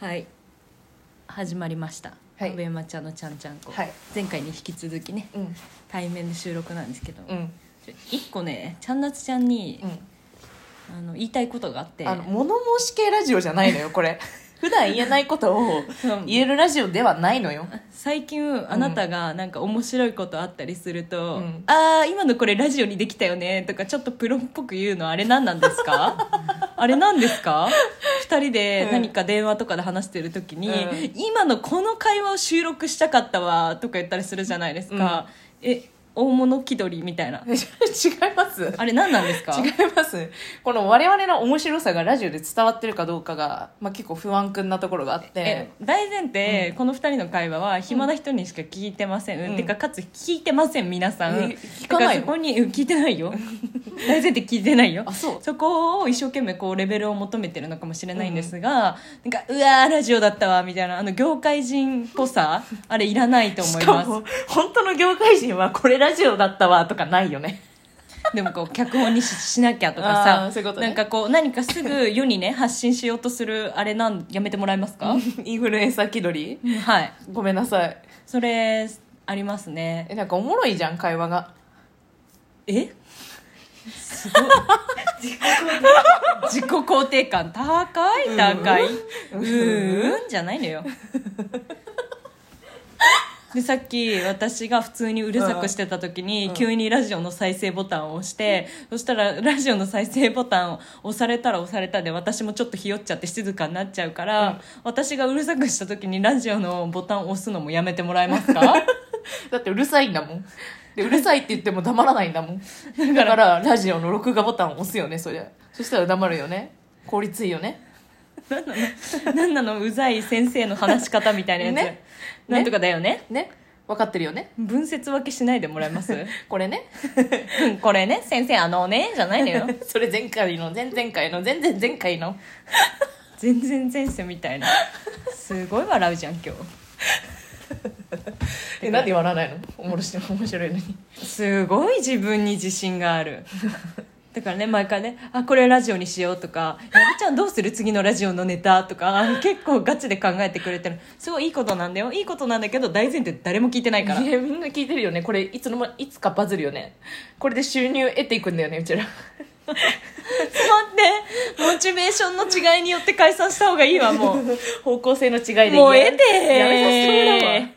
はい始まりました「はい上山ちゃんのちゃんちゃんこ」はい前回に引き続きねうん対面で収録なんですけど、うんちょ一個ねちゃんなつちゃんに、あの言いたいことがあってあの物申し系ラジオじゃないのよこれ 普段言えないことをうん言えるラジオではないのよ最近あなたがなんか面白いことあったりすると「うんああ今のこれラジオにできたよね」とかちょっとプロっぽく言うのあれ何なんです かあれ何ですか2人で何か電話とかで話してる時に「うん今のこの会話を収録したかったわ」とか言ったりするじゃないですか「え大物気取り」みたいな 違います違いあれ何なんですかますこの我々の面白さがラジオで伝わってるかどうかが、まあ、結構不安くんなところがあっえて大前提、この2人の会話は暇な人にしか聞いてません、うんてかかつ聞いてません皆さん、え聞かなだらそいのこにうん聞いてないよ大前提聞いてないよあそうそこを一生懸命こうレベルを求めてるのかもしれないんですが、なんかうわーラジオだったわみたいなあの業界人っぽさあれいらないと思しいかますも本当の業界人はこれラジオだったわとかないよねでもこう脚本にししなきゃとかあーさそういうことねなんかこう何かすぐ世にね発信しようとするあれなんやめてもらえますか インフルエンサー気取りはいごめんなさいそれありますねえなんかおもろいじゃん会話がえすごい自己肯定感高い高いうーんじゃないのよでさっき私が普通にうるさくしてた時に急にラジオの再生ボタンを押して、そしたらラジオの再生ボタンを押されたら押されたで私もちょっとひよっちゃって静かになっちゃうから、私がうるさくした時にラジオのボタンを押すのもやめてもらえますかだってうるさいんだもんでうるさいって言っても黙らないんだもん だからラジオの録画ボタンを押すよねそりゃそしたら黙るよね効率いいよね なんなのうざい先生の話し方みたいなやつ、ねなんとかだよねね分かってるよね分節分けしないでもらえます これ ねうんこれね先生あのねじゃないのよそれ前回の前々回の前々前回の 全然前世みたいなすごい笑うじゃん今え何で笑わないのおもろして面白いのに日すごい自分に自信があるだからね毎回ね「あこれラジオにしよう」とか「やぶちゃんどうする次のラジオのネタ」とかあ結構ガチで考えてくれてるすごいいいことなんだよいいことなんだけど大前提誰も聞いて ないからいやみんな聞いてるよねこれいつの間いつかバズるよねこれで収入得ていくんだよねう ちら待ってモチベーションの違いによって解散した方がいいわもう方向性の違いでもう得てやめさせてもらうわ